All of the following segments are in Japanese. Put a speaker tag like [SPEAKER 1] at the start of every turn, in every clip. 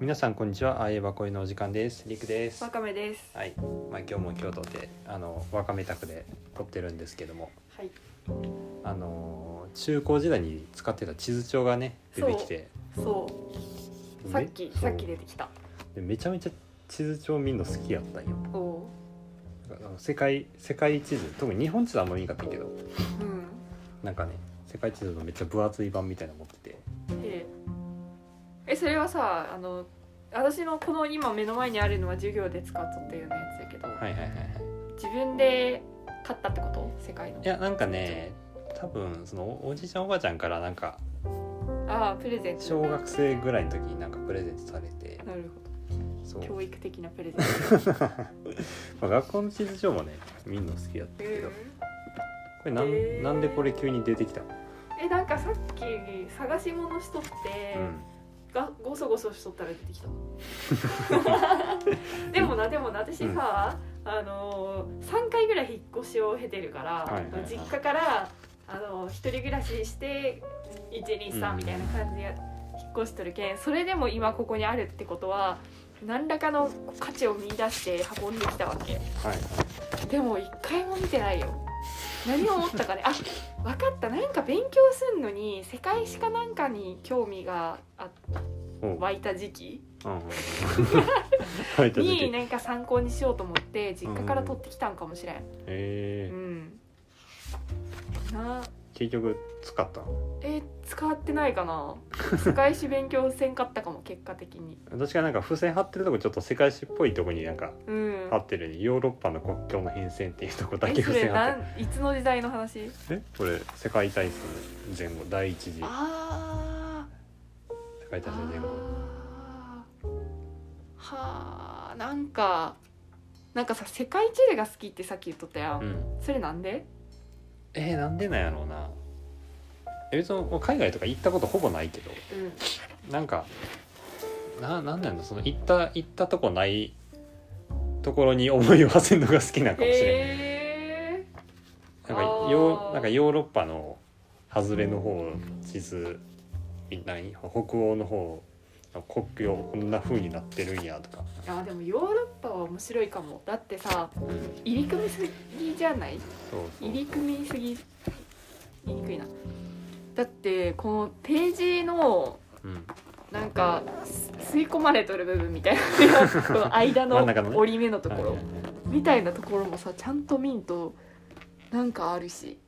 [SPEAKER 1] 皆さんこんにちはあえばこいのお時間ですりくです
[SPEAKER 2] わかめです。
[SPEAKER 1] はい、まあ、今日も京都であのわかめ宅で撮ってるんですけども
[SPEAKER 2] はい。
[SPEAKER 1] あのー中高時代に使ってた地図帳がね出てきて
[SPEAKER 2] そう。
[SPEAKER 1] め
[SPEAKER 2] さっき
[SPEAKER 1] そう
[SPEAKER 2] さっき出てきた。
[SPEAKER 1] でめちゃめちゃ地図帳見るの好きやったんよ
[SPEAKER 2] おお
[SPEAKER 1] あの世界世界地図特に日本地図あんま見んかったけど
[SPEAKER 2] ー。うん。
[SPEAKER 1] なんかね世界地図のめっちゃ分厚い版みたいなの持ってて
[SPEAKER 2] へえ。えそれはさあの私のこの今目の前にあるのは授業で使っとったようなやつやけど、
[SPEAKER 1] はいはいはいはい
[SPEAKER 2] 自分で買ったってこと？世界の
[SPEAKER 1] い。やなんかね多分そのおおじいちゃんおばあちゃんからなんか
[SPEAKER 2] ああプレゼント。
[SPEAKER 1] 小学生ぐらいの時になんかプレゼントされて
[SPEAKER 2] なる
[SPEAKER 1] そ
[SPEAKER 2] ほ
[SPEAKER 1] う
[SPEAKER 2] ど。教育的な プレゼント。
[SPEAKER 1] まあ、学校の地図帳もね見るの好きやったけどこれなん,、
[SPEAKER 2] へー
[SPEAKER 1] なんでこれ急に出てきたの、
[SPEAKER 2] えなんかさっき探し物しとって。がごそごそしとったら出 てきたでもなでもな私さ、あのー3回ぐらい引っ越しを経てるから、
[SPEAKER 1] はいはいはい
[SPEAKER 2] 実家からあのー一人暮らしして
[SPEAKER 1] う
[SPEAKER 2] 123
[SPEAKER 1] ん
[SPEAKER 2] みたいな感じで引っ越しとるけんそれでも今ここにあるってことは何らかの価値を見出して運んできたわけ
[SPEAKER 1] はいはい
[SPEAKER 2] でも一回も見てないよ何を思ったかねあ分かったなんか勉強すんのに世界史かなんかに興味があ
[SPEAKER 1] おう
[SPEAKER 2] 湧いた時期
[SPEAKER 1] うんうんうん書いた時
[SPEAKER 2] になんか参考にしようと思って実家から取ってきたんかもしれん。
[SPEAKER 1] え
[SPEAKER 2] う
[SPEAKER 1] ー、
[SPEAKER 2] ん。な
[SPEAKER 1] 結局使ったの
[SPEAKER 2] え使ってないかな。 世界史勉強せんかったかも結果的に。
[SPEAKER 1] 私がなんか付箋貼ってるとこちょっと世界史っぽいとこになんか
[SPEAKER 2] うん
[SPEAKER 1] 貼。ってるよねヨーロッパの国境の変遷っていうとこだけ
[SPEAKER 2] えそ
[SPEAKER 1] 付
[SPEAKER 2] れ
[SPEAKER 1] 箋貼
[SPEAKER 2] な
[SPEAKER 1] ってる
[SPEAKER 2] んいつの時代の話？
[SPEAKER 1] えこれ世界大戦前後第一次世
[SPEAKER 2] あ
[SPEAKER 1] 界大戦前後
[SPEAKER 2] あー。はあなんかなんかさ世界地理が好きってさっき言っとったやん。
[SPEAKER 1] うん
[SPEAKER 2] それなんで？
[SPEAKER 1] えー、なんでなんやろうなえ別にもう海外とか行ったことほぼないけど
[SPEAKER 2] うん。
[SPEAKER 1] なんかななんなんだその行った行ったとこないところに思いを馳せるのが好きなのかもしれ
[SPEAKER 2] へえ。
[SPEAKER 1] んなんか
[SPEAKER 2] あー
[SPEAKER 1] ヨーなんかヨーロッパの外れの方の地図み何北欧の方の国境こんな風になってるんやとか、
[SPEAKER 2] あでもヨーロッパは面白いかもだってさ入り組みすぎじゃない
[SPEAKER 1] そうそう
[SPEAKER 2] 入り組みすぎ言いにくいなだってこのページの
[SPEAKER 1] うん、
[SPEAKER 2] なんかす吸い込まれとる部分みたいなこの間
[SPEAKER 1] 真ん中のね
[SPEAKER 2] の折り目のとこ
[SPEAKER 1] はいはい
[SPEAKER 2] ろ
[SPEAKER 1] はい
[SPEAKER 2] みたいなところもさちゃんと見んとなんかあるし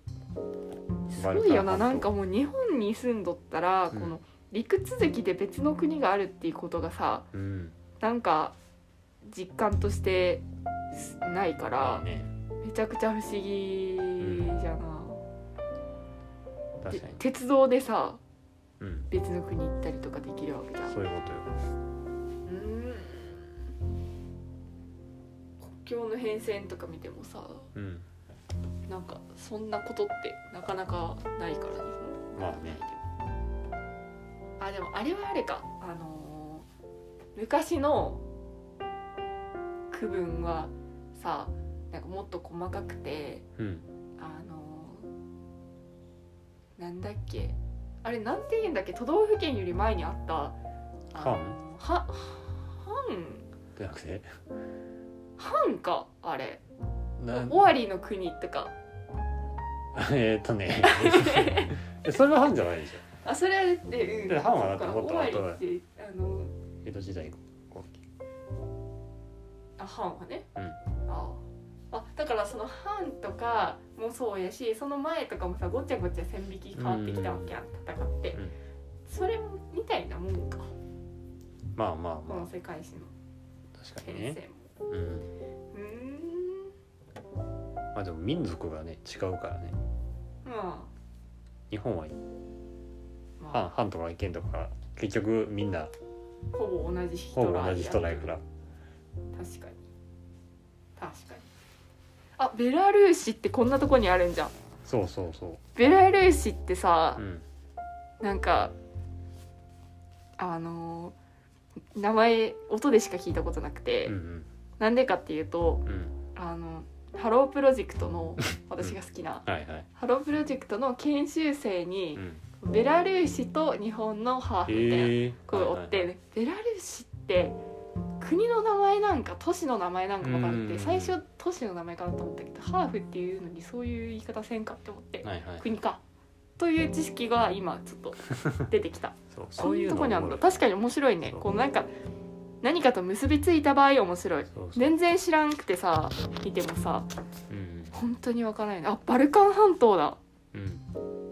[SPEAKER 2] すごいよ
[SPEAKER 1] バルカン半
[SPEAKER 2] な
[SPEAKER 1] 島
[SPEAKER 2] なんかもう日本に住んどったら
[SPEAKER 1] うん
[SPEAKER 2] この陸続きで別の国があるっていうことがさ
[SPEAKER 1] うん、
[SPEAKER 2] なんか実感としてすないから
[SPEAKER 1] まあね
[SPEAKER 2] めちゃくちゃ不思議じゃな、
[SPEAKER 1] 確
[SPEAKER 2] で
[SPEAKER 1] かに、
[SPEAKER 2] 鉄道でさ
[SPEAKER 1] うん、
[SPEAKER 2] 別の国行ったりとかできるわけじゃん
[SPEAKER 1] そういうことよ
[SPEAKER 2] うん国境の変遷とか見てもさ
[SPEAKER 1] うん
[SPEAKER 2] なんかそんなことってなかなかないから日
[SPEAKER 1] ま
[SPEAKER 2] 本
[SPEAKER 1] あね
[SPEAKER 2] あでもあれはあれかあのー昔の区分はさなんかもっと細かくて
[SPEAKER 1] うん
[SPEAKER 2] あのなんだっけあれなんて言うんだっけ都道府県より前にあったあのは藩
[SPEAKER 1] じゃなくて
[SPEAKER 2] 藩かあれ
[SPEAKER 1] な
[SPEAKER 2] 尾張の国とか
[SPEAKER 1] えーっとね えそれは藩じゃないでしょ
[SPEAKER 2] あそれはで、うん、
[SPEAKER 1] で藩はだって
[SPEAKER 2] そ
[SPEAKER 1] も
[SPEAKER 2] う
[SPEAKER 1] っ
[SPEAKER 2] か
[SPEAKER 1] と
[SPEAKER 2] 尾
[SPEAKER 1] 後だ
[SPEAKER 2] 張ってあの
[SPEAKER 1] 江戸時代後期
[SPEAKER 2] あ藩はね、
[SPEAKER 1] うん
[SPEAKER 2] ああだからその藩とかもそうやしその前とかもさごちゃごちゃ線引き変わってきたわけやん戦って、
[SPEAKER 1] うん
[SPEAKER 2] それみたいなもんか
[SPEAKER 1] まあまあ
[SPEAKER 2] こ
[SPEAKER 1] ま
[SPEAKER 2] の世界史の
[SPEAKER 1] あ確か
[SPEAKER 2] 変
[SPEAKER 1] に
[SPEAKER 2] 遷
[SPEAKER 1] ね、
[SPEAKER 2] も、
[SPEAKER 1] うん、
[SPEAKER 2] うーん
[SPEAKER 1] まあでも民族がね違うからね
[SPEAKER 2] ま
[SPEAKER 1] 日本は
[SPEAKER 2] あ、まあ
[SPEAKER 1] 藩藩とか意見とか結局みんな
[SPEAKER 2] ほぼ同じ人
[SPEAKER 1] ほ
[SPEAKER 2] が
[SPEAKER 1] ぼ同じ人だか
[SPEAKER 2] 確からに確かにあベラルーシってこんなとこにあるんじゃん
[SPEAKER 1] そうそうそ
[SPEAKER 2] ベラルーシってさ
[SPEAKER 1] う、う、ん、
[SPEAKER 2] なんかあのー名前音でしか聞いたことなくて、
[SPEAKER 1] うんうん
[SPEAKER 2] なんでかっていうと
[SPEAKER 1] うん
[SPEAKER 2] あのハロープロジェクトの 私が好きな、
[SPEAKER 1] はいはい、
[SPEAKER 2] ハロープロジェクトの研修生に
[SPEAKER 1] うん、
[SPEAKER 2] ベラルーシと日本のハーフみたいな
[SPEAKER 1] ええ
[SPEAKER 2] こう追って、
[SPEAKER 1] はいはいはい
[SPEAKER 2] ベラルーシっって国の名前なんか都市の名前なんか分かるっ
[SPEAKER 1] う
[SPEAKER 2] て
[SPEAKER 1] ん
[SPEAKER 2] 最初都市の名前かなと思ったけどハーフっていうのにそういう言い方せんかって思って
[SPEAKER 1] はいはい
[SPEAKER 2] 国かという知識が今ちょっと出て きた
[SPEAKER 1] そう
[SPEAKER 2] こ
[SPEAKER 1] そうう
[SPEAKER 2] い
[SPEAKER 1] いうう
[SPEAKER 2] とこにある
[SPEAKER 1] の
[SPEAKER 2] の確かに面白いね
[SPEAKER 1] そう
[SPEAKER 2] こうなんか何かと結びついた場合面白い
[SPEAKER 1] そうそう、
[SPEAKER 2] 全然知らんくてさ見てもさ
[SPEAKER 1] うん
[SPEAKER 2] 本当にわからないねあバルカン半島だ
[SPEAKER 1] うん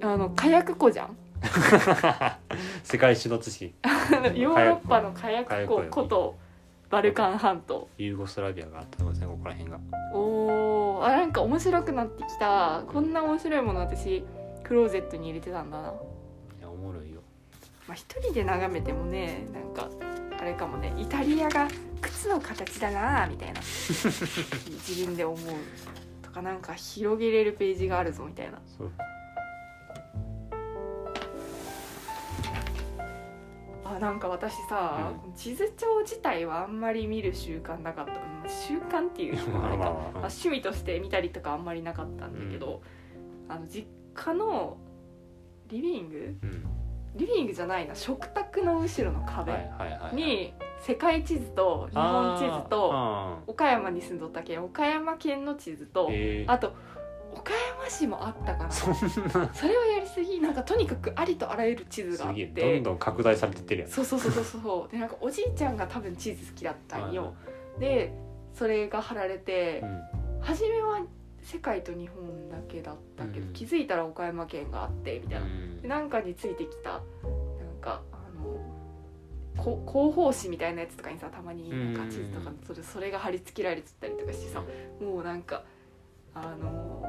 [SPEAKER 2] あの火薬庫じゃん
[SPEAKER 1] 世界史の知識
[SPEAKER 2] あのヨーロッパの火薬庫
[SPEAKER 1] 火薬庫
[SPEAKER 2] こ
[SPEAKER 1] よ
[SPEAKER 2] とバルカン半島
[SPEAKER 1] ユーゴスラビアがあったのですねここら辺が
[SPEAKER 2] おーあなんか面白くなってきたこんな面白いもの私クローゼットに入れてたんだな、ま
[SPEAKER 1] いやおもろいよ
[SPEAKER 2] あ、一人で眺めてもねなんかあれかもねイタリアが靴の形だなみたい な自分で思うとかなんか広げれるページがあるぞみたいな
[SPEAKER 1] そう
[SPEAKER 2] あなんか私さ、地図帳自体はあんまり見る習慣なかった、うん習慣っていうの
[SPEAKER 1] ま
[SPEAKER 2] はあ
[SPEAKER 1] あ
[SPEAKER 2] れ
[SPEAKER 1] ま
[SPEAKER 2] か
[SPEAKER 1] あ
[SPEAKER 2] まあ
[SPEAKER 1] まあ
[SPEAKER 2] 趣味として見たりとかあんまりなかったんだけど、あの実家のリビング
[SPEAKER 1] うん
[SPEAKER 2] リビングじゃないな食卓の後ろの壁
[SPEAKER 1] はいはいはいはい
[SPEAKER 2] に世界地図と日本地図と
[SPEAKER 1] あー
[SPEAKER 2] 岡山に住んどったけん岡山県の地図
[SPEAKER 1] あ
[SPEAKER 2] と
[SPEAKER 1] ーえー
[SPEAKER 2] あと岡山市もあったかな
[SPEAKER 1] そんな
[SPEAKER 2] それはやりすぎなんかとにかくありとあらゆる地図があ
[SPEAKER 1] す
[SPEAKER 2] っ
[SPEAKER 1] げえ
[SPEAKER 2] て
[SPEAKER 1] どんどん拡大されてってるやん
[SPEAKER 2] そうそうそうそうそうでなんかおじいちゃんが多分チーズ好きだったんよでそれが貼られて
[SPEAKER 1] うん
[SPEAKER 2] 初めは世界と日本だけだったけど、
[SPEAKER 1] うん
[SPEAKER 2] 気づいたら岡山県があってみたいな、
[SPEAKER 1] うん
[SPEAKER 2] でなんかについてきたなんかあのこ広報誌みたいなやつとかにさたまになんか地図とかそれそれが貼り付けられてたりとかしてさもうなんかあの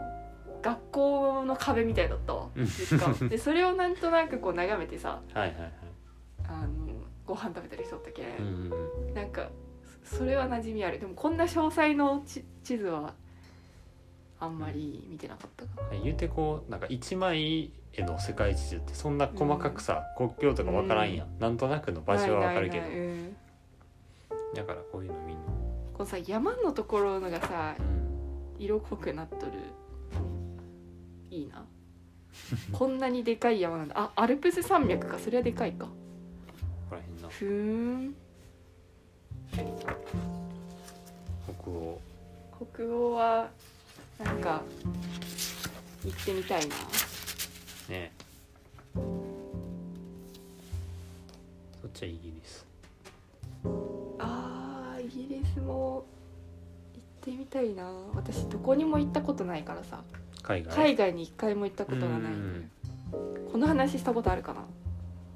[SPEAKER 2] 学校の壁みたいだったわ
[SPEAKER 1] うん
[SPEAKER 2] 実 家でそれをなんとなくこう眺めてさ
[SPEAKER 1] はいはいはい
[SPEAKER 2] あのご飯食べたりしとったけ、
[SPEAKER 1] うんうんうん
[SPEAKER 2] なんかそそれは馴染みあるでもこんな詳細のち地図はあんまり見てなかったかな
[SPEAKER 1] 言うてこうなんか一枚絵の世界地図ってそんな細かくさ、国境とかわからんやん、なんとなくの場所はわかるけど
[SPEAKER 2] ないないないうん
[SPEAKER 1] だからこういうのみんな、
[SPEAKER 2] このさ山のところのがさ
[SPEAKER 1] うん
[SPEAKER 2] 色濃くなっとる いいなこんなにでかい山なんだあアルプス山脈かそれはでかいか
[SPEAKER 1] ここら辺の
[SPEAKER 2] ふーん
[SPEAKER 1] 北欧
[SPEAKER 2] 北欧はなんか行ってみたいな
[SPEAKER 1] ねそっちはイギリス
[SPEAKER 2] あーイギリスも行ってみたいな私どこにも行ったことないからさ
[SPEAKER 1] 海外
[SPEAKER 2] 海外に一回も行ったことがない
[SPEAKER 1] うん
[SPEAKER 2] この話したことあるかな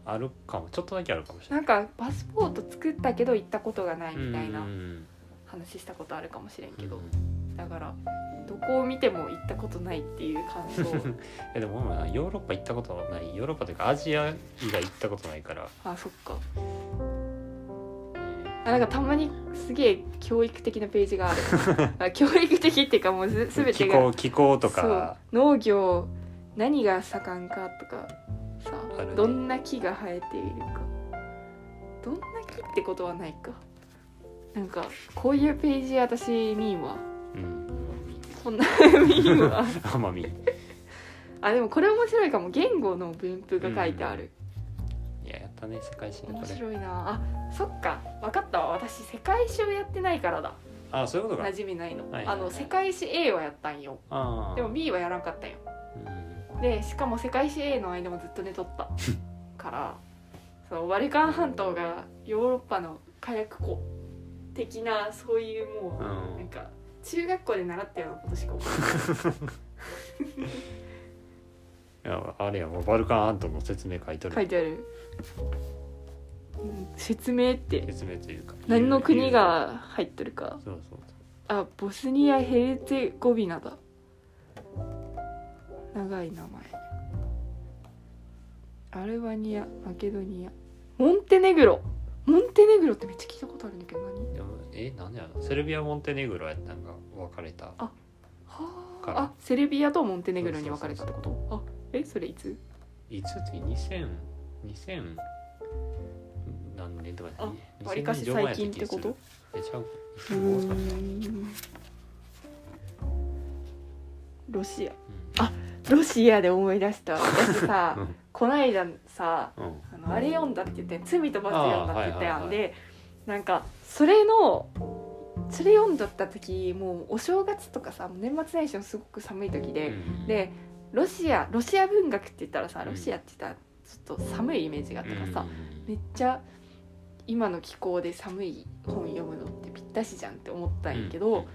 [SPEAKER 1] あるかもちょっとだけあるかもしれない
[SPEAKER 2] なんかパスポート作ったけど行ったことがないみたい
[SPEAKER 1] うん
[SPEAKER 2] な
[SPEAKER 1] うんうん
[SPEAKER 2] 話したことあるかもしれんけ
[SPEAKER 1] う
[SPEAKER 2] ど
[SPEAKER 1] ん
[SPEAKER 2] だからどこを見ても行ったことないっていう感想
[SPEAKER 1] いやでもほらヨーロッパ行ったことないヨーロッパというかアジア以外行ったことないから、
[SPEAKER 2] あそっか
[SPEAKER 1] ね
[SPEAKER 2] あなんかたまにすげえ教育的なページ があるあ教育的っていうかもうす全て
[SPEAKER 1] 気
[SPEAKER 2] が
[SPEAKER 1] 候気候とか
[SPEAKER 2] そう農業何が盛んかとかさ
[SPEAKER 1] あるね
[SPEAKER 2] どんな木が生えているかどんな木ってことはないかなんかこういうページ私見んわ
[SPEAKER 1] うん
[SPEAKER 2] こんな見ん わ
[SPEAKER 1] 奄美
[SPEAKER 2] あでもこれ面白いかも言語の分布が書いてある、
[SPEAKER 1] いややったね世界史のこ
[SPEAKER 2] 面
[SPEAKER 1] れ
[SPEAKER 2] 白いなあそっか分かったわ私世界史をやってないからだ
[SPEAKER 1] あそういうことか
[SPEAKER 2] 馴染みないの、
[SPEAKER 1] はいはいはい
[SPEAKER 2] あの世界史 A はやったんよ
[SPEAKER 1] ああ
[SPEAKER 2] でも B はやらんかったんよ
[SPEAKER 1] うん
[SPEAKER 2] でしかも世界史 A の間もずっと寝とった からそのバルカン半島がヨーロッパの火薬庫的なそういうもう、
[SPEAKER 1] うん
[SPEAKER 2] なんか中学校で習ったようなこと しか思い
[SPEAKER 1] いやあれやもうバルカン半島の説明書いとる
[SPEAKER 2] 書いてある、うん説明って
[SPEAKER 1] 説明というか
[SPEAKER 2] 何の国が入ってるか
[SPEAKER 1] そうそう
[SPEAKER 2] あボスニア・ヘルツェゴビナだ長い名前アルバニアマケドニアモンテネグロモンテネグロってめっちゃ聞いたことあるんだけど何
[SPEAKER 1] そうでもえ何やろセルビアモンテネグロやったんが別れた
[SPEAKER 2] は
[SPEAKER 1] か
[SPEAKER 2] あ
[SPEAKER 1] ら
[SPEAKER 2] あセルビアとモンテネグロに分かれたってこと
[SPEAKER 1] そう
[SPEAKER 2] あえそれいつ
[SPEAKER 1] いつって2000 2000何年とか
[SPEAKER 2] あ
[SPEAKER 1] ね
[SPEAKER 2] わりかし最近ってこと
[SPEAKER 1] えちゃう
[SPEAKER 2] う
[SPEAKER 1] もう少し
[SPEAKER 2] ーんロシア
[SPEAKER 1] うん
[SPEAKER 2] ロシアで思い出した私 さこないださ
[SPEAKER 1] うん
[SPEAKER 2] あのあれ読んだって言って「罪と罰」読んだって言ったや
[SPEAKER 1] あーはいは
[SPEAKER 2] んで、
[SPEAKER 1] いはい
[SPEAKER 2] でなんかそれのそれ読んどった時もうお正月とかさ年末年始のすごく寒い時で、でロシアロシア文学って言ったらさロシアって言ったらちょっと寒いイメージがあったからさ、めっちゃ今の気候で寒い本読むのってぴったしじゃんって思ったんやけど、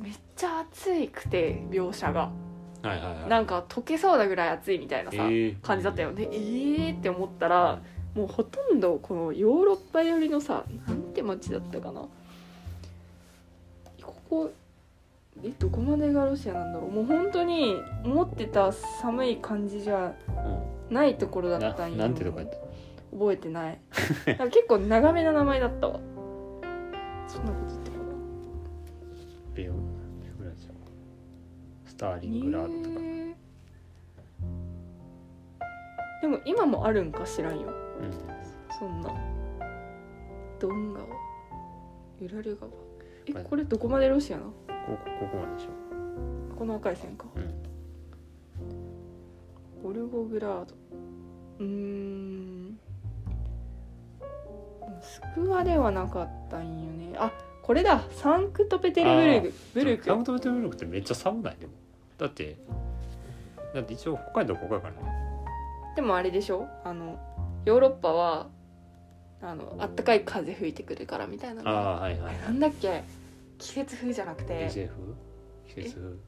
[SPEAKER 2] めっちゃ暑いくて描写が
[SPEAKER 1] はいはいはい
[SPEAKER 2] なんか溶けそうなぐらい暑いみたいなさ、
[SPEAKER 1] えー
[SPEAKER 2] 感じだったよねえーって思った
[SPEAKER 1] うん
[SPEAKER 2] ら、もうほとんどこのヨーロッパ寄りのさなんて町だったかなここえどこまでがロシアなんだろうもう本当に思ってた寒い感じじゃないところだ
[SPEAKER 1] な
[SPEAKER 2] ったんよ
[SPEAKER 1] なんてとこやった
[SPEAKER 2] 覚えてないなんか結構長めな名前だったわ そんなこと言ってかな
[SPEAKER 1] ベオグラじゃんスターリングラードとか、
[SPEAKER 2] ねえでも今もあるんか知らんよそんなドンガワユラル川えこれどこまでロシアな
[SPEAKER 1] うん、ここここまででしょ、
[SPEAKER 2] この赤い線か
[SPEAKER 1] うん
[SPEAKER 2] ボルゴグラードうーんスクワではなかったんよねあこれだサンクトペテルブルグブル
[SPEAKER 1] サン
[SPEAKER 2] ク
[SPEAKER 1] クトペテルブルクってめっちゃ寒ないでもだってだって一応北海道ここやからね
[SPEAKER 2] でもあれでしょあのヨーロッパはあのあったかい風吹いてくるからみたいな
[SPEAKER 1] あ
[SPEAKER 2] な
[SPEAKER 1] あはいはい
[SPEAKER 2] んだっけ季節風じゃなく
[SPEAKER 1] 偏
[SPEAKER 2] て
[SPEAKER 1] 西風季節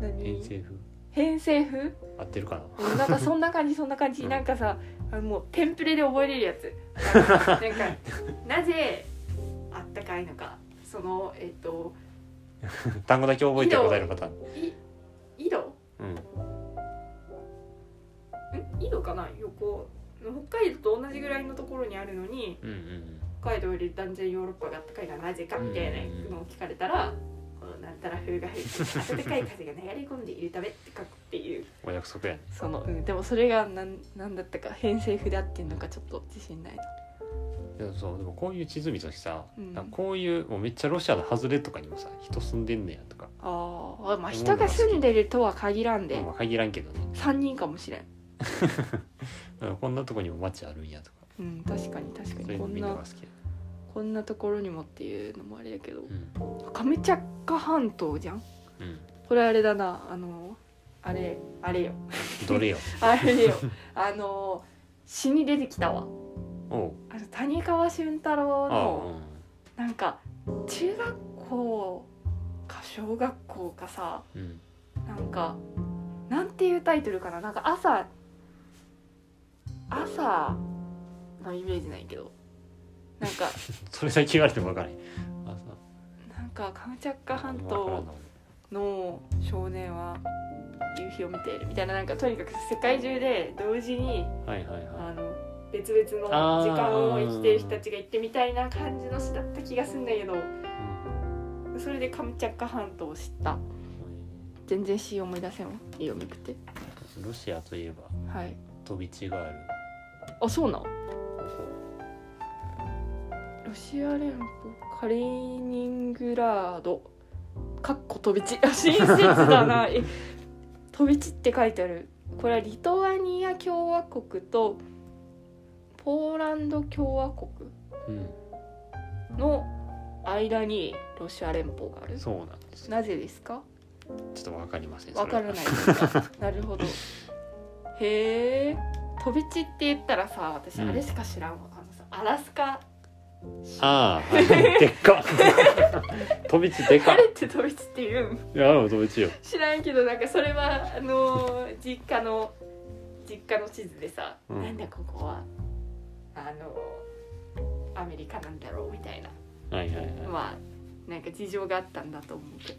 [SPEAKER 1] 風偏
[SPEAKER 2] 何
[SPEAKER 1] 西風
[SPEAKER 2] 偏西風
[SPEAKER 1] 合ってるかな
[SPEAKER 2] うんなんかそんな感じそんな感
[SPEAKER 1] う
[SPEAKER 2] じ
[SPEAKER 1] ん
[SPEAKER 2] なんかさあのもうテンプレで覚えれるやつなんかなぜあったかいのかそのえっと
[SPEAKER 1] 単語だけ覚えて答えるパターン
[SPEAKER 2] い井戸
[SPEAKER 1] うん
[SPEAKER 2] ん井戸かな横北海道と同じぐらいのところにあるのに
[SPEAKER 1] うんうん
[SPEAKER 2] 北海道より断然ヨーロッパがあったかいのはなぜかみたいなのを聞かれたら「このなんたら風が吹いて暖かい風が流れ込んでいるため」って書くっていう
[SPEAKER 1] お約束やね
[SPEAKER 2] その、うん、でもそれが何何だったか偏西風で合ってんのかちょっと自信ないな
[SPEAKER 1] でもそうでもこういう地図見た時さ、
[SPEAKER 2] うん
[SPEAKER 1] なんかこういうもうめっちゃロシアの外れとかにもさ人住んでんねやとか、
[SPEAKER 2] あーまあ人が住んでるとは限らんで
[SPEAKER 1] まあ限らんけどね
[SPEAKER 2] 3人かもしれん
[SPEAKER 1] うんこんなとこにも街あるんやとか
[SPEAKER 2] うん確かに確か
[SPEAKER 1] そうい
[SPEAKER 2] に
[SPEAKER 1] うの
[SPEAKER 2] こん
[SPEAKER 1] みんなが
[SPEAKER 2] な
[SPEAKER 1] 好きや、
[SPEAKER 2] こんなところにもっていうのもあれやけど
[SPEAKER 1] うん
[SPEAKER 2] カメチャッカ半島じゃん
[SPEAKER 1] うん、
[SPEAKER 2] これあれだなあのあれあれよ
[SPEAKER 1] どれよ
[SPEAKER 2] あれよあの詩に出てきたわ
[SPEAKER 1] おう
[SPEAKER 2] あの谷川俊太
[SPEAKER 1] あ
[SPEAKER 2] 郎
[SPEAKER 1] あ
[SPEAKER 2] のなんか中学校か小学校かさ
[SPEAKER 1] うんうん
[SPEAKER 2] なんかなんていうタイトルかななんか朝朝のイメージないけどなんか
[SPEAKER 1] それだけ言われても分からへんあさ
[SPEAKER 2] なんかカムチャッカ半
[SPEAKER 1] わからん
[SPEAKER 2] 島
[SPEAKER 1] な
[SPEAKER 2] の少年は夕日を見ているみたいななんかとにかく世界中で同時に
[SPEAKER 1] はいはいは
[SPEAKER 2] あの別々の時間を生きてる人たちが行ってみたいな感じの詩だった気がするんだけど
[SPEAKER 1] い、うん
[SPEAKER 2] それでカムチャッカ半島を知った全然詩思い出せんわいいよめくって
[SPEAKER 1] ロシアといえば
[SPEAKER 2] はい
[SPEAKER 1] 飛び地がある
[SPEAKER 2] あそうなの
[SPEAKER 1] ここ
[SPEAKER 2] ロシア連邦カリーニングラードかっこ飛び地あ親切 だなえ飛び地って書いてあるこれはリトアニア共和国とポーランド共和国
[SPEAKER 1] うん
[SPEAKER 2] の間にロシア連邦がある
[SPEAKER 1] そうなんですよ
[SPEAKER 2] なぜですか
[SPEAKER 1] ちょっと分かりません
[SPEAKER 2] わからないです かなるほどへえ飛び地って言ったらさ私あれしか知らんわ、あのさアラスカ
[SPEAKER 1] ああ、はい、でっか 飛び地でか
[SPEAKER 2] あ
[SPEAKER 1] い
[SPEAKER 2] れって飛び地って言うん
[SPEAKER 1] いや飛び地よ
[SPEAKER 2] 知らんけどなんかそれはあのー実家の実家の地図でさ、
[SPEAKER 1] うん
[SPEAKER 2] なんだここはあのーアメリカなんだろうみたいな
[SPEAKER 1] はいはいはい、
[SPEAKER 2] まあなんか事情があったんだと思うけど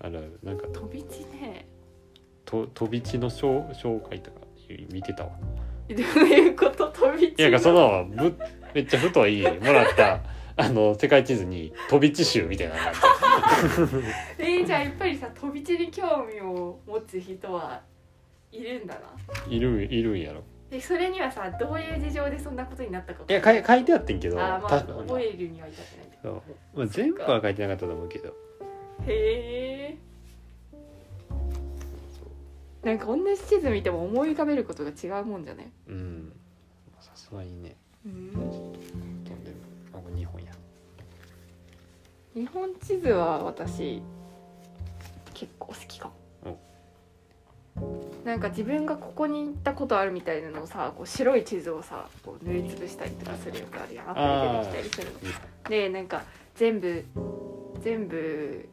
[SPEAKER 1] あるあるなんか
[SPEAKER 2] 飛び地ね
[SPEAKER 1] と飛び地の紹紹介とか見てたわ
[SPEAKER 2] どういうこと飛び地
[SPEAKER 1] いやなんかそのぶめっちゃ太いもらったあの世界地図に飛び地集みたいなのがあって
[SPEAKER 2] えーじゃあやっぱりさ飛び地に興味を持つ人はいるんだない
[SPEAKER 1] るいるんやろ
[SPEAKER 2] でそれにはさどういう事情でそんなことになったか
[SPEAKER 1] いやかい書いてあってんけど
[SPEAKER 2] あーまあ
[SPEAKER 1] 確か
[SPEAKER 2] 覚えるには至ってない
[SPEAKER 1] そうまあ、全部は書いてなかったと思うけど
[SPEAKER 2] へえんか同じ地図見ても思い浮かべることが違うもんじゃね
[SPEAKER 1] うんさすがにね
[SPEAKER 2] うん
[SPEAKER 1] とんでもあ本は日本や
[SPEAKER 2] 日本地図は私結構好きかも、なんか自分がここに行ったことあるみたいなのをさこう白い地図をさこう塗りつぶしたりとかするやつあるやん
[SPEAKER 1] あー
[SPEAKER 2] アプリでできたりする
[SPEAKER 1] 日本
[SPEAKER 2] のでなんか全部全部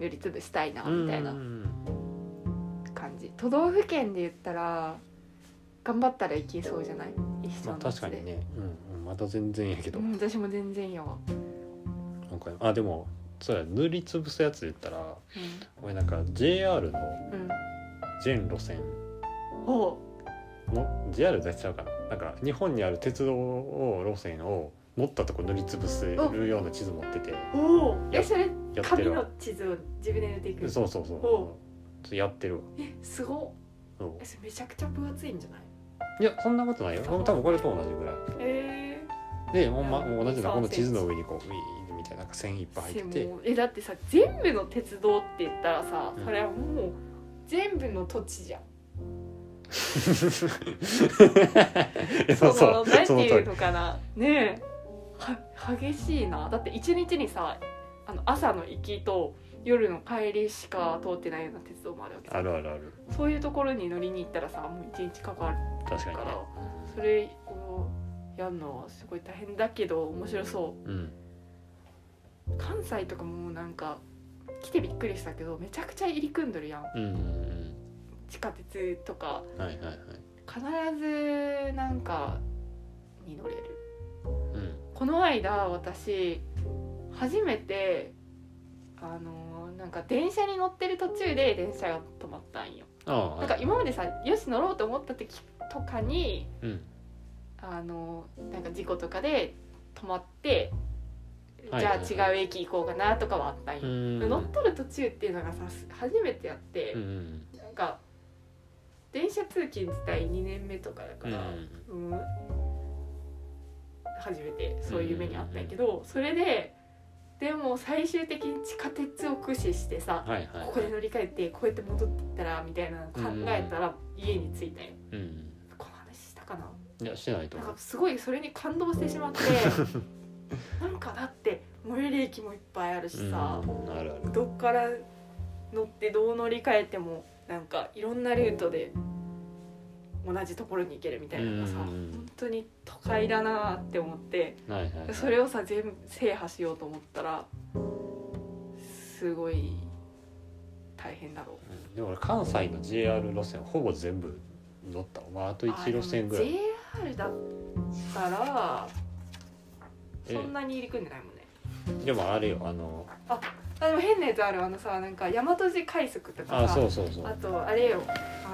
[SPEAKER 2] 塗りつぶしたいなみたいな
[SPEAKER 1] うんうん
[SPEAKER 2] 感じ都道府県で言ったら頑張ったらいけそうじゃない一緒
[SPEAKER 1] ま
[SPEAKER 2] の
[SPEAKER 1] あ
[SPEAKER 2] やつ
[SPEAKER 1] 確
[SPEAKER 2] で、
[SPEAKER 1] かにね、うんうん、また全然やけど、
[SPEAKER 2] うん、私も全然やわ、
[SPEAKER 1] なんかあでもそうや塗りつぶすやつで言ったら
[SPEAKER 2] う
[SPEAKER 1] 俺なんか JR の
[SPEAKER 2] んうん、
[SPEAKER 1] 全路線
[SPEAKER 2] おう
[SPEAKER 1] の JR 出ちゃうかななんか日本にある鉄道を路線を乗ったとこ塗りつぶせるような地図持ってて
[SPEAKER 2] おおえ
[SPEAKER 1] や
[SPEAKER 2] それ
[SPEAKER 1] やって
[SPEAKER 2] 紙
[SPEAKER 1] る
[SPEAKER 2] の
[SPEAKER 1] わ
[SPEAKER 2] 地図を自分で塗っていく
[SPEAKER 1] そうそうそう
[SPEAKER 2] おう
[SPEAKER 1] ちょっとやってるわ
[SPEAKER 2] えすごっ
[SPEAKER 1] そう
[SPEAKER 2] えそれめちゃくちゃ分厚いんじゃない
[SPEAKER 1] いやそんなことないよ多分これと同じぐらい
[SPEAKER 2] え
[SPEAKER 1] でほんま
[SPEAKER 2] うん
[SPEAKER 1] もう同じな
[SPEAKER 2] そう
[SPEAKER 1] この地図の上にこうウィーンみたいななんか線いっぱい入ってて
[SPEAKER 2] えだってさ全部の鉄道って言ったらさ
[SPEAKER 1] うん
[SPEAKER 2] それはもう全部の土地じゃん、
[SPEAKER 1] そうそう
[SPEAKER 2] のなんて
[SPEAKER 1] その
[SPEAKER 2] い
[SPEAKER 1] 通
[SPEAKER 2] う
[SPEAKER 1] り
[SPEAKER 2] のかなねえは激しいなだって一日にさあの朝の行きと夜の帰りしか通ってないような鉄道もあるわけ
[SPEAKER 1] あ
[SPEAKER 2] さ
[SPEAKER 1] るあるある
[SPEAKER 2] そういうところに乗りに行ったらさもう一日かかる
[SPEAKER 1] 確か
[SPEAKER 2] か
[SPEAKER 1] にね
[SPEAKER 2] らそれをやるのはすごい大変だけど面白そう
[SPEAKER 1] うん
[SPEAKER 2] 関西とかもなんか来てびっくりしたけどめちゃくちゃ入り組んどるやん
[SPEAKER 1] うんうん
[SPEAKER 2] 地下鉄とか
[SPEAKER 1] うんはいはいはい
[SPEAKER 2] 必ずなんかに乗れる
[SPEAKER 1] うん
[SPEAKER 2] この間私初めてあのーなんか電車に乗ってる途中で電車が止まったんよ
[SPEAKER 1] ああは
[SPEAKER 2] ないんか今までさよし乗ろうと思った時とかに
[SPEAKER 1] うん
[SPEAKER 2] あのーなんか事故とかで止まって
[SPEAKER 1] はい
[SPEAKER 2] じ
[SPEAKER 1] はい
[SPEAKER 2] ゃ
[SPEAKER 1] はい
[SPEAKER 2] あ違う駅行こうかなとかはあったんよ
[SPEAKER 1] う、ん
[SPEAKER 2] 乗っとる途中っていうのがさ初めてやって、
[SPEAKER 1] うんうん
[SPEAKER 2] なんか電車通勤自体2年目とかだか
[SPEAKER 1] うんう
[SPEAKER 2] ら、
[SPEAKER 1] ん
[SPEAKER 2] うん初めてそういう目にあったんやけど、それででも最終的に地下鉄を駆使してさ、
[SPEAKER 1] はいはい
[SPEAKER 2] ここで乗り換えてこうやって戻ってったらみたいなの考えたら家に着いたよ、
[SPEAKER 1] うん
[SPEAKER 2] この話したかない
[SPEAKER 1] やしてないと
[SPEAKER 2] なん
[SPEAKER 1] 思う
[SPEAKER 2] かすごいそれに感動してしまってなんかだって最寄り駅もいっぱいあるしさ、
[SPEAKER 1] うんあるある
[SPEAKER 2] どっから乗ってどう乗り換えてもなんかいろんなルートで同じところに行けるみたいなのがさ
[SPEAKER 1] うんうんうん
[SPEAKER 2] 本当に都会だなって思って
[SPEAKER 1] はいはいはい
[SPEAKER 2] それをさ全部制覇しようと思ったらすごい大変だろう。
[SPEAKER 1] うんでも俺関西の JR 路線ほぼ全部乗ったわまああと1路線ぐらい
[SPEAKER 2] あでも JR だったら
[SPEAKER 1] え
[SPEAKER 2] そんなに入り組んでないもんね。
[SPEAKER 1] でもあれよあの
[SPEAKER 2] あでも変なやつあるあのさなんか大和路快速とか
[SPEAKER 1] あ
[SPEAKER 2] さ
[SPEAKER 1] そうそうそう
[SPEAKER 2] あとあれよ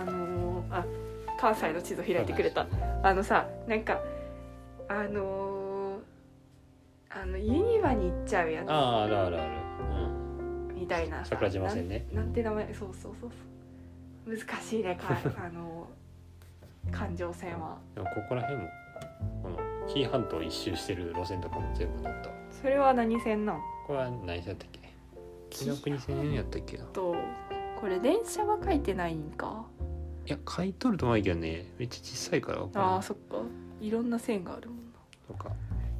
[SPEAKER 2] あのーあ関西の地図開いてくれたあのさなんかあのーあのユニバに行っちゃうや
[SPEAKER 1] あああるあるあるうん
[SPEAKER 2] つみたいなさ
[SPEAKER 1] 桜島線ね
[SPEAKER 2] なんなんて名前そうそうそうそう難しいね かあのー環状線は
[SPEAKER 1] でもここら辺もこの紀伊半島一周してる路線とかも全部乗ったわ
[SPEAKER 2] それは何線なん
[SPEAKER 1] これは何線やったっけ紀伊国線やったっけな
[SPEAKER 2] とこれ電車は書いてないんか
[SPEAKER 1] いや買い取るとないけどねめっちゃ小さいからわかんない
[SPEAKER 2] あーそっかいろんな線があるもんな
[SPEAKER 1] とか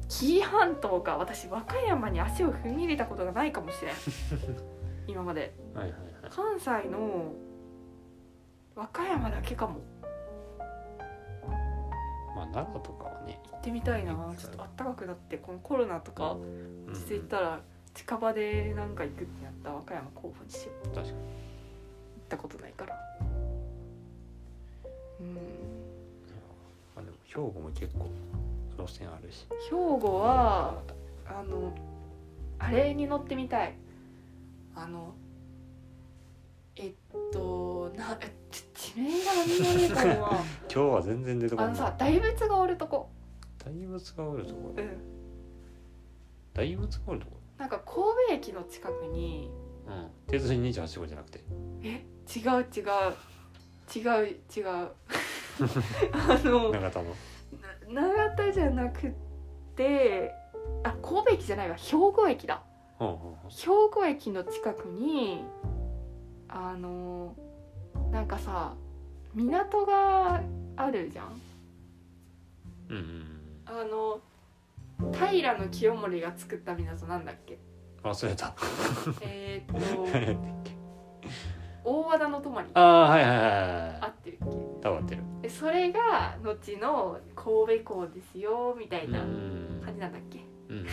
[SPEAKER 2] 紀伊半島か私和歌山に足を踏み入れたことがないかも しれん今まで
[SPEAKER 1] はいはいはい
[SPEAKER 2] 関西の和歌山だけかも
[SPEAKER 1] まあ奈良とかはね
[SPEAKER 2] 行ってみたいなちょっとあったかくなってこのコロナとか
[SPEAKER 1] うん
[SPEAKER 2] 落ち着いたら近場でなんか行くってなったら和歌山候補にしよう行
[SPEAKER 1] 確かに
[SPEAKER 2] ったことないからうん
[SPEAKER 1] まあでも兵庫も結構路線あるし
[SPEAKER 2] 兵庫はあのあれに乗ってみたいあのえっとなえち地名が何もねえかもな
[SPEAKER 1] 今日は全然出てこ
[SPEAKER 2] あ
[SPEAKER 1] な
[SPEAKER 2] の
[SPEAKER 1] い
[SPEAKER 2] さ大仏がおるとこ
[SPEAKER 1] 大仏がおるとこ
[SPEAKER 2] うん
[SPEAKER 1] 大仏がおるとこ
[SPEAKER 2] なんか神戸駅の近くに
[SPEAKER 1] うん鉄人28号じゃなくて
[SPEAKER 2] え違う違う違う違うあの
[SPEAKER 1] 長田の
[SPEAKER 2] な永田じゃなくてあ神戸駅じゃないわ兵庫駅だ
[SPEAKER 1] ほうほうほう
[SPEAKER 2] 兵庫駅の近くにあのなんかさ港があるじゃん
[SPEAKER 1] うんうん
[SPEAKER 2] あの平清盛が作った港なんだっ け
[SPEAKER 1] 忘れた
[SPEAKER 2] えーっと大和田の泊まり
[SPEAKER 1] ああはいはいはい
[SPEAKER 2] 合
[SPEAKER 1] は
[SPEAKER 2] ってるっ
[SPEAKER 1] いたわってる
[SPEAKER 2] けでそれが後の神戸港ですよみた
[SPEAKER 1] う
[SPEAKER 2] い
[SPEAKER 1] ん
[SPEAKER 2] な感じなんだっけ
[SPEAKER 1] うん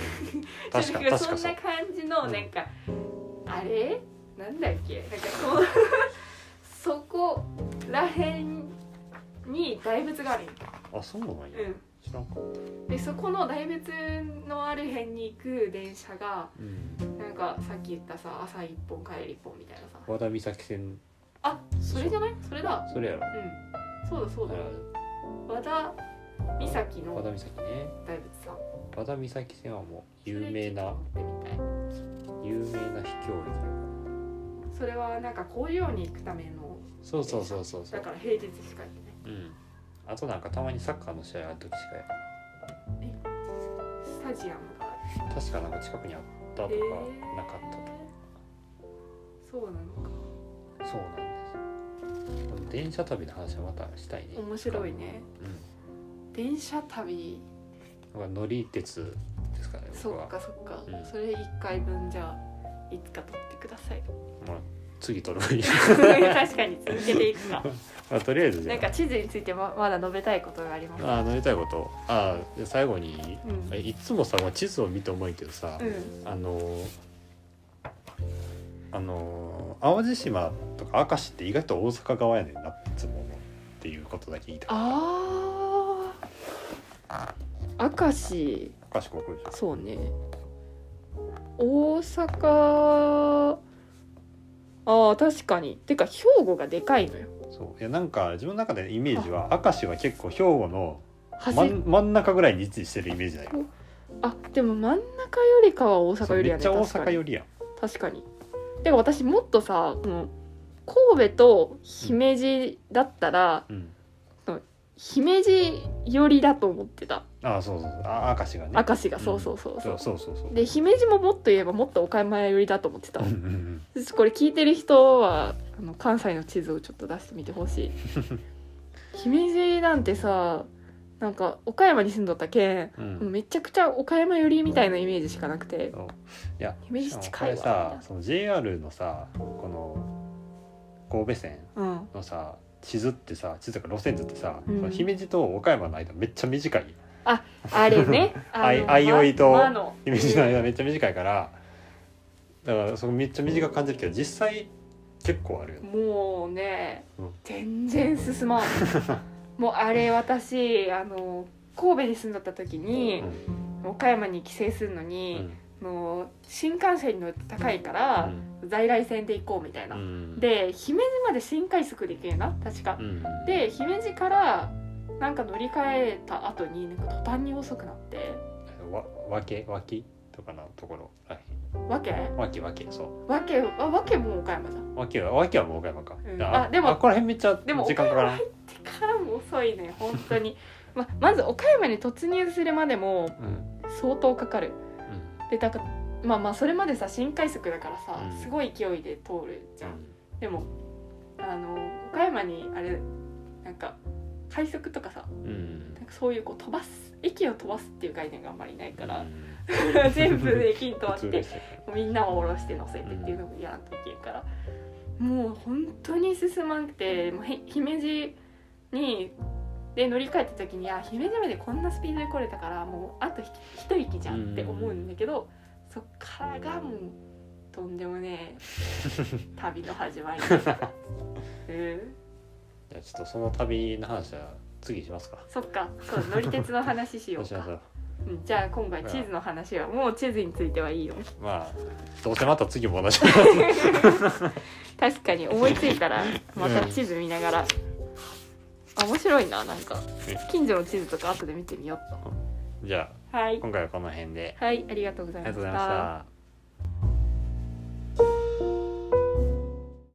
[SPEAKER 1] 確か
[SPEAKER 2] なんか
[SPEAKER 1] 確
[SPEAKER 2] そ
[SPEAKER 1] か
[SPEAKER 2] ん
[SPEAKER 1] そ
[SPEAKER 2] な
[SPEAKER 1] う
[SPEAKER 2] 感じの
[SPEAKER 1] うん
[SPEAKER 2] なんか、あれなんだっけなんかこう そこらへんに大仏があるんよ
[SPEAKER 1] あそうなんや知らんかった
[SPEAKER 2] うん、でそこの大仏のある辺に行く電車が
[SPEAKER 1] うん
[SPEAKER 2] なんかさっき言ったさ朝一本帰り一本みたいなさ
[SPEAKER 1] 和田美咲線
[SPEAKER 2] あそれじゃないそれだ
[SPEAKER 1] それやろ
[SPEAKER 2] うんそうだそうだ
[SPEAKER 1] あ
[SPEAKER 2] 和田岬
[SPEAKER 1] 和
[SPEAKER 2] の
[SPEAKER 1] 田美咲ね
[SPEAKER 2] 大仏さん
[SPEAKER 1] 和田美咲線はもう有名な
[SPEAKER 2] それちょっと見てみたい
[SPEAKER 1] 有名な秘境駅
[SPEAKER 2] それはなんか工場に行くための
[SPEAKER 1] そうそうそうそうそ
[SPEAKER 2] だ
[SPEAKER 1] う
[SPEAKER 2] から平日しか行ってない
[SPEAKER 1] うんあとなんかたまにサッカーの試合ある時しかや
[SPEAKER 2] スタジアムが
[SPEAKER 1] 確かなんか近くにあったとか
[SPEAKER 2] へ
[SPEAKER 1] なかったと
[SPEAKER 2] そうなのか
[SPEAKER 1] かそうなんですこの電車旅の話はまたしたいね
[SPEAKER 2] 面白いね
[SPEAKER 1] うん
[SPEAKER 2] 電車旅
[SPEAKER 1] なんか乗り鉄ですからね
[SPEAKER 2] そ
[SPEAKER 1] 僕
[SPEAKER 2] っ
[SPEAKER 1] は
[SPEAKER 2] かそっか、
[SPEAKER 1] うん
[SPEAKER 2] それ一回分じゃあいつか取ってくださ い
[SPEAKER 1] まあ次取ればいい
[SPEAKER 2] 確かに続けていくか
[SPEAKER 1] まあとりあえずじゃ
[SPEAKER 2] なんか地図についてままだ述べたいことがあります
[SPEAKER 1] ああ乗りたいことああで最後に
[SPEAKER 2] うん、
[SPEAKER 1] えいつもさまあ地図を見て思うけどさ、
[SPEAKER 2] うん、
[SPEAKER 1] あのーあのー淡路島とか明石って意外と大阪側やねんなっていつも思うっていうことだけ言いたい
[SPEAKER 2] あー明石
[SPEAKER 1] 明石国分寺
[SPEAKER 2] そうね大阪あー確かにてか兵庫がでかいのよ
[SPEAKER 1] そういやなんか自分の中でのイメージは明石は結構兵庫の
[SPEAKER 2] 端っ
[SPEAKER 1] 真ん真ん中ぐらいに位置してるイメージだよ
[SPEAKER 2] あでも真ん中よりかは大阪
[SPEAKER 1] そう
[SPEAKER 2] より
[SPEAKER 1] め
[SPEAKER 2] や
[SPEAKER 1] っ
[SPEAKER 2] ね
[SPEAKER 1] ちゃ大
[SPEAKER 2] 確
[SPEAKER 1] 阪
[SPEAKER 2] かに
[SPEAKER 1] 寄りやん
[SPEAKER 2] 確かにでも私もっとさこの神戸と姫路だったら、
[SPEAKER 1] うん
[SPEAKER 2] 姫路寄りだと思ってた
[SPEAKER 1] ああそうそうそうあ明石がね
[SPEAKER 2] 明石がそうそうそうそ
[SPEAKER 1] そうう、そうそうそう
[SPEAKER 2] で姫路ももっと言えばもっと岡山寄りだと思ってた
[SPEAKER 1] うんうんうん
[SPEAKER 2] これ聞いてる人はあの関西の地図をちょっと出してみてほ しい姫路なんてさなんか岡山に住んどったけん
[SPEAKER 1] うん
[SPEAKER 2] もうめちゃくちゃ岡山寄りみたいなイメージしかなくて
[SPEAKER 1] そういや
[SPEAKER 2] 姫
[SPEAKER 1] し
[SPEAKER 2] 路
[SPEAKER 1] かもこ
[SPEAKER 2] 近い
[SPEAKER 1] れ
[SPEAKER 2] わ
[SPEAKER 1] さその JR のさこの神戸線
[SPEAKER 2] うん
[SPEAKER 1] のさ地図ってさ地図とか路線図ってさ、
[SPEAKER 2] うん
[SPEAKER 1] その姫路と岡山の間めっちゃ短い
[SPEAKER 2] あ れね
[SPEAKER 1] あいあいおいと
[SPEAKER 2] まの
[SPEAKER 1] 姫路の間めっちゃ短いからだからそのめっちゃ短く感じるけど実際結構あるよね
[SPEAKER 2] もうね、
[SPEAKER 1] うん
[SPEAKER 2] 全然 進まんもうあれ私あの神戸に住んだった時に、岡山に帰省するの
[SPEAKER 1] う
[SPEAKER 2] に、
[SPEAKER 1] ん
[SPEAKER 2] もう新幹線に乗って高いから、在来線で行こうみたいな、
[SPEAKER 1] うん
[SPEAKER 2] で姫路まで新快速で行けんな確か
[SPEAKER 1] う、ん
[SPEAKER 2] で姫路からなんか乗り換えた後になんか途端に遅くなって
[SPEAKER 1] わわけわきとかのところらへん
[SPEAKER 2] わけ
[SPEAKER 1] わけわけそ
[SPEAKER 2] わけはわけも岡山じゃん
[SPEAKER 1] うわけはわけはもう岡山か、
[SPEAKER 2] うん
[SPEAKER 1] だ
[SPEAKER 2] あでも
[SPEAKER 1] ここら辺めっちゃ
[SPEAKER 2] でも
[SPEAKER 1] 時間かからん
[SPEAKER 2] ってからも遅いね本当に ままず岡山に突入するまで
[SPEAKER 1] うん
[SPEAKER 2] も
[SPEAKER 1] うん
[SPEAKER 2] 相当かかるでだからまあまあそれまでさ新快速だからさ、
[SPEAKER 1] うん
[SPEAKER 2] すごい勢いで通るじゃん、でもあの岡山にあれなんか快速とかさ
[SPEAKER 1] うんうん
[SPEAKER 2] なんかそういうこう飛ばす駅を飛ばすっていう概念があんまりないから
[SPEAKER 1] う、ん
[SPEAKER 2] 全部駅に飛ばっ
[SPEAKER 1] 普通
[SPEAKER 2] て
[SPEAKER 1] でしたよね
[SPEAKER 2] みんなを下ろして乗せてっていうのもやらんといけんから、もう本当に進まんくてもうへ姫路にで乗り換えた時にあ姫路までこんなスピードで来れたからもうあとひ一息じゃんって思うんだけど、そっからがもうとんでもね え旅の始まりでした、うん、
[SPEAKER 1] じゃあちょっとその旅の話は次にしますか。
[SPEAKER 2] そっかそう乗り鉄の話しよう
[SPEAKER 1] しま
[SPEAKER 2] か
[SPEAKER 1] し。ょう
[SPEAKER 2] うんじゃあ今回地図の話はもう地図についてはいいよ
[SPEAKER 1] まあどうせまた次も同じ。
[SPEAKER 2] 確かに思いついたらまた地図見ながら、あ面白いななんか
[SPEAKER 1] ね
[SPEAKER 2] 近所の地図とか後で見てみようっ
[SPEAKER 1] じゃ
[SPEAKER 2] とはい
[SPEAKER 1] あ今回はこの辺で。
[SPEAKER 2] はいありがとうござ
[SPEAKER 1] あ
[SPEAKER 2] い
[SPEAKER 1] りがとうご
[SPEAKER 2] まし
[SPEAKER 1] ざいましたた。